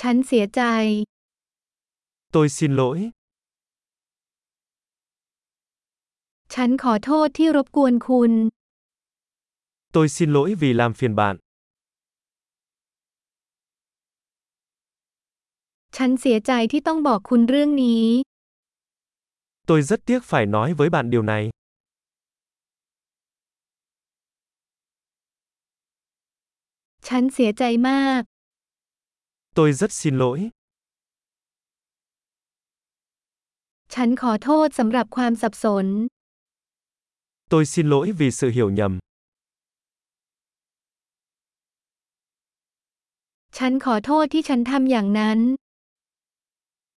ฉันเสียใจ Tôi xin lỗi. ฉันขอโทษที่รบกวนคุณ Tôi xin lỗi vì làm phiền bạn. ฉันเสียใจที่ต้องบอกคุณเรื่องนี้ Tôi rất tiếc phải nói với bạn điều này. ฉันเสียใจมาก Tôi rất xin lỗi. ฉันขอโทษสำหรับความสับสน Tôi xin lỗi vì sự hiểu nhầm. ฉันขอโทษที่ฉันทำอย่างนั้น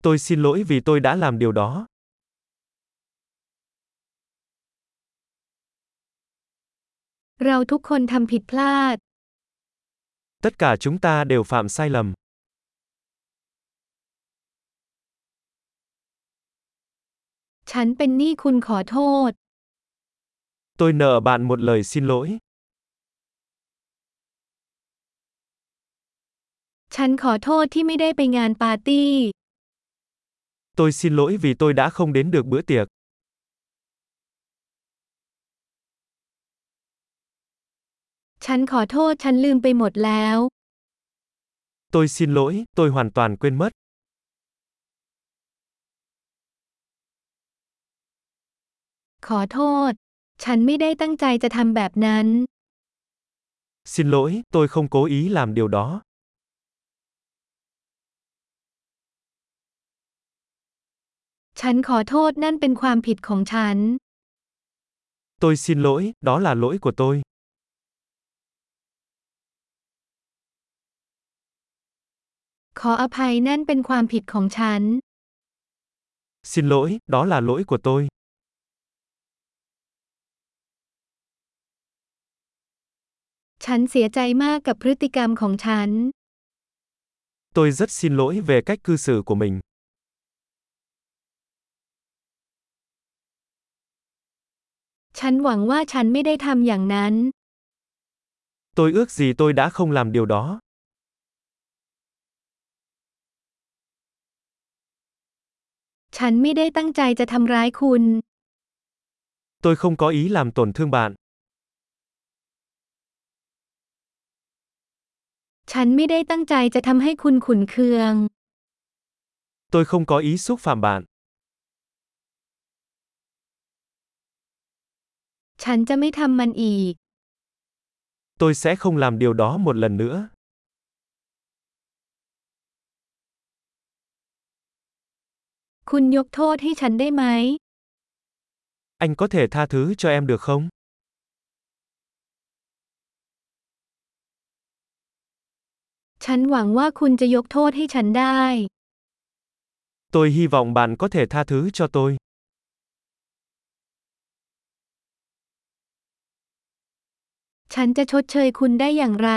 Tôi xin lỗi vì tôi đã làm điều đó. เราทุกคนทำผิดพลาด Tất cả chúng ta đều phạm sai lầm. ฉันเป็นหนี้คุณขอโทษ Tôi nợ bạn một lời xin lỗi. ฉันขอโทษที่ไม่ได้ไปงานปาร์ตี้ Tôi xin lỗi vì tôi đã không đến được bữa tiệc. ฉันขอโทษฉันลืมไปหมดแล้ว Tôi xin lỗi, tôi hoàn toàn quên mất. ขอโทษ ฉันไม่ได้ตั้งใจจะทำแบบนั้น Xin lỗi, tôi không cố ý làm điều đó. ฉันขอโทษนั่นเป็นความผิดของฉัน Tôi xin lỗi, đó là lỗi của tôi. ขออภัยนั่นเป็นความผิดของฉัน Xin lỗi, đó là lỗi của tôi. ฉันเสียใจมากกับพฤติกรรมของฉัน Tôi rất xin lỗi về cách cư xử của mình. ฉันหวังว่าฉันไม่ได้ทำอย่างนั้น Tôi ước gì tôi đã không làm điều đó. ฉันไม่ได้ตั้งใจจะทำร้ายคุณ Tôi không có ý làm tổn thương bạn. ฉันไม่ได้ตั้งใจจะทำให้คุณขุนเคือง Tôi không có ý xúc phạm bạn. ฉันจะไม่ทำมันอีก Tôi sẽ không làm điều đó một lần nữa. คุณยกโทษให้ฉันได้ไหม Anh có thể tha thứ cho em được không? ฉันหวังว่าคุณจะยกโทษให้ฉันได้ Tôi hy vọng bạn có thể tha thứ cho tôi. ฉันจะชดเชยคุณได้อย่างไร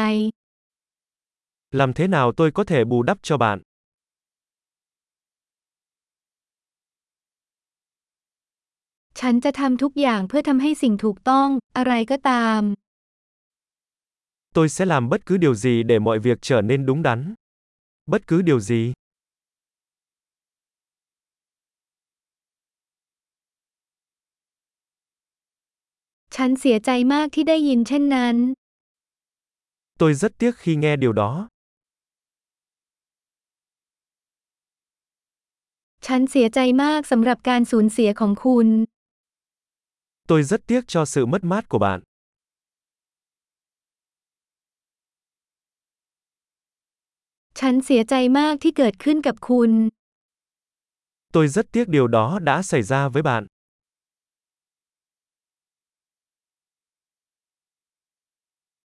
Làm thế nào tôi có thể bù đắp cho bạn? ฉันจะทำทุกอย่างเพื่อทำให้สิ่งถูกต้อง อะไรก็ตาม Tôi sẽ làm bất cứ điều gì để mọi việc trở nên đúng đắn. Bất cứ điều gì. ฉันเสียใจมากที่ได้ยินเช่นนั้น Tôi rất tiếc khi nghe điều đó. ฉันเสียใจมากสำหรับการสูญเสียของคุณ Tôi rất tiếc cho sự mất mát của bạn. ฉันเสียใจมากที่เกิดขึ้นกับคุณ Tôi rất tiếc điều đó đã xảy ra với bạn.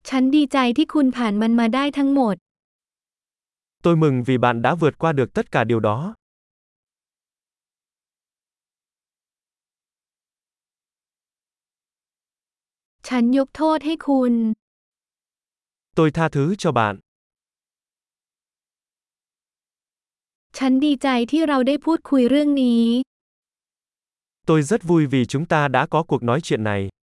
ฉันดีใจที่คุณผ่านมันมาได้ทั้งหมด Tôi mừng vì bạn đã vượt qua được tất cả điều đó. ฉันยกโทษให้คุณ Tôi tha thứ cho bạn. ฉันดีใจที่เราได้พูดคุยเรื่องนี้ Tôi rất vui vì chúng ta đã có cuộc nói chuyện này.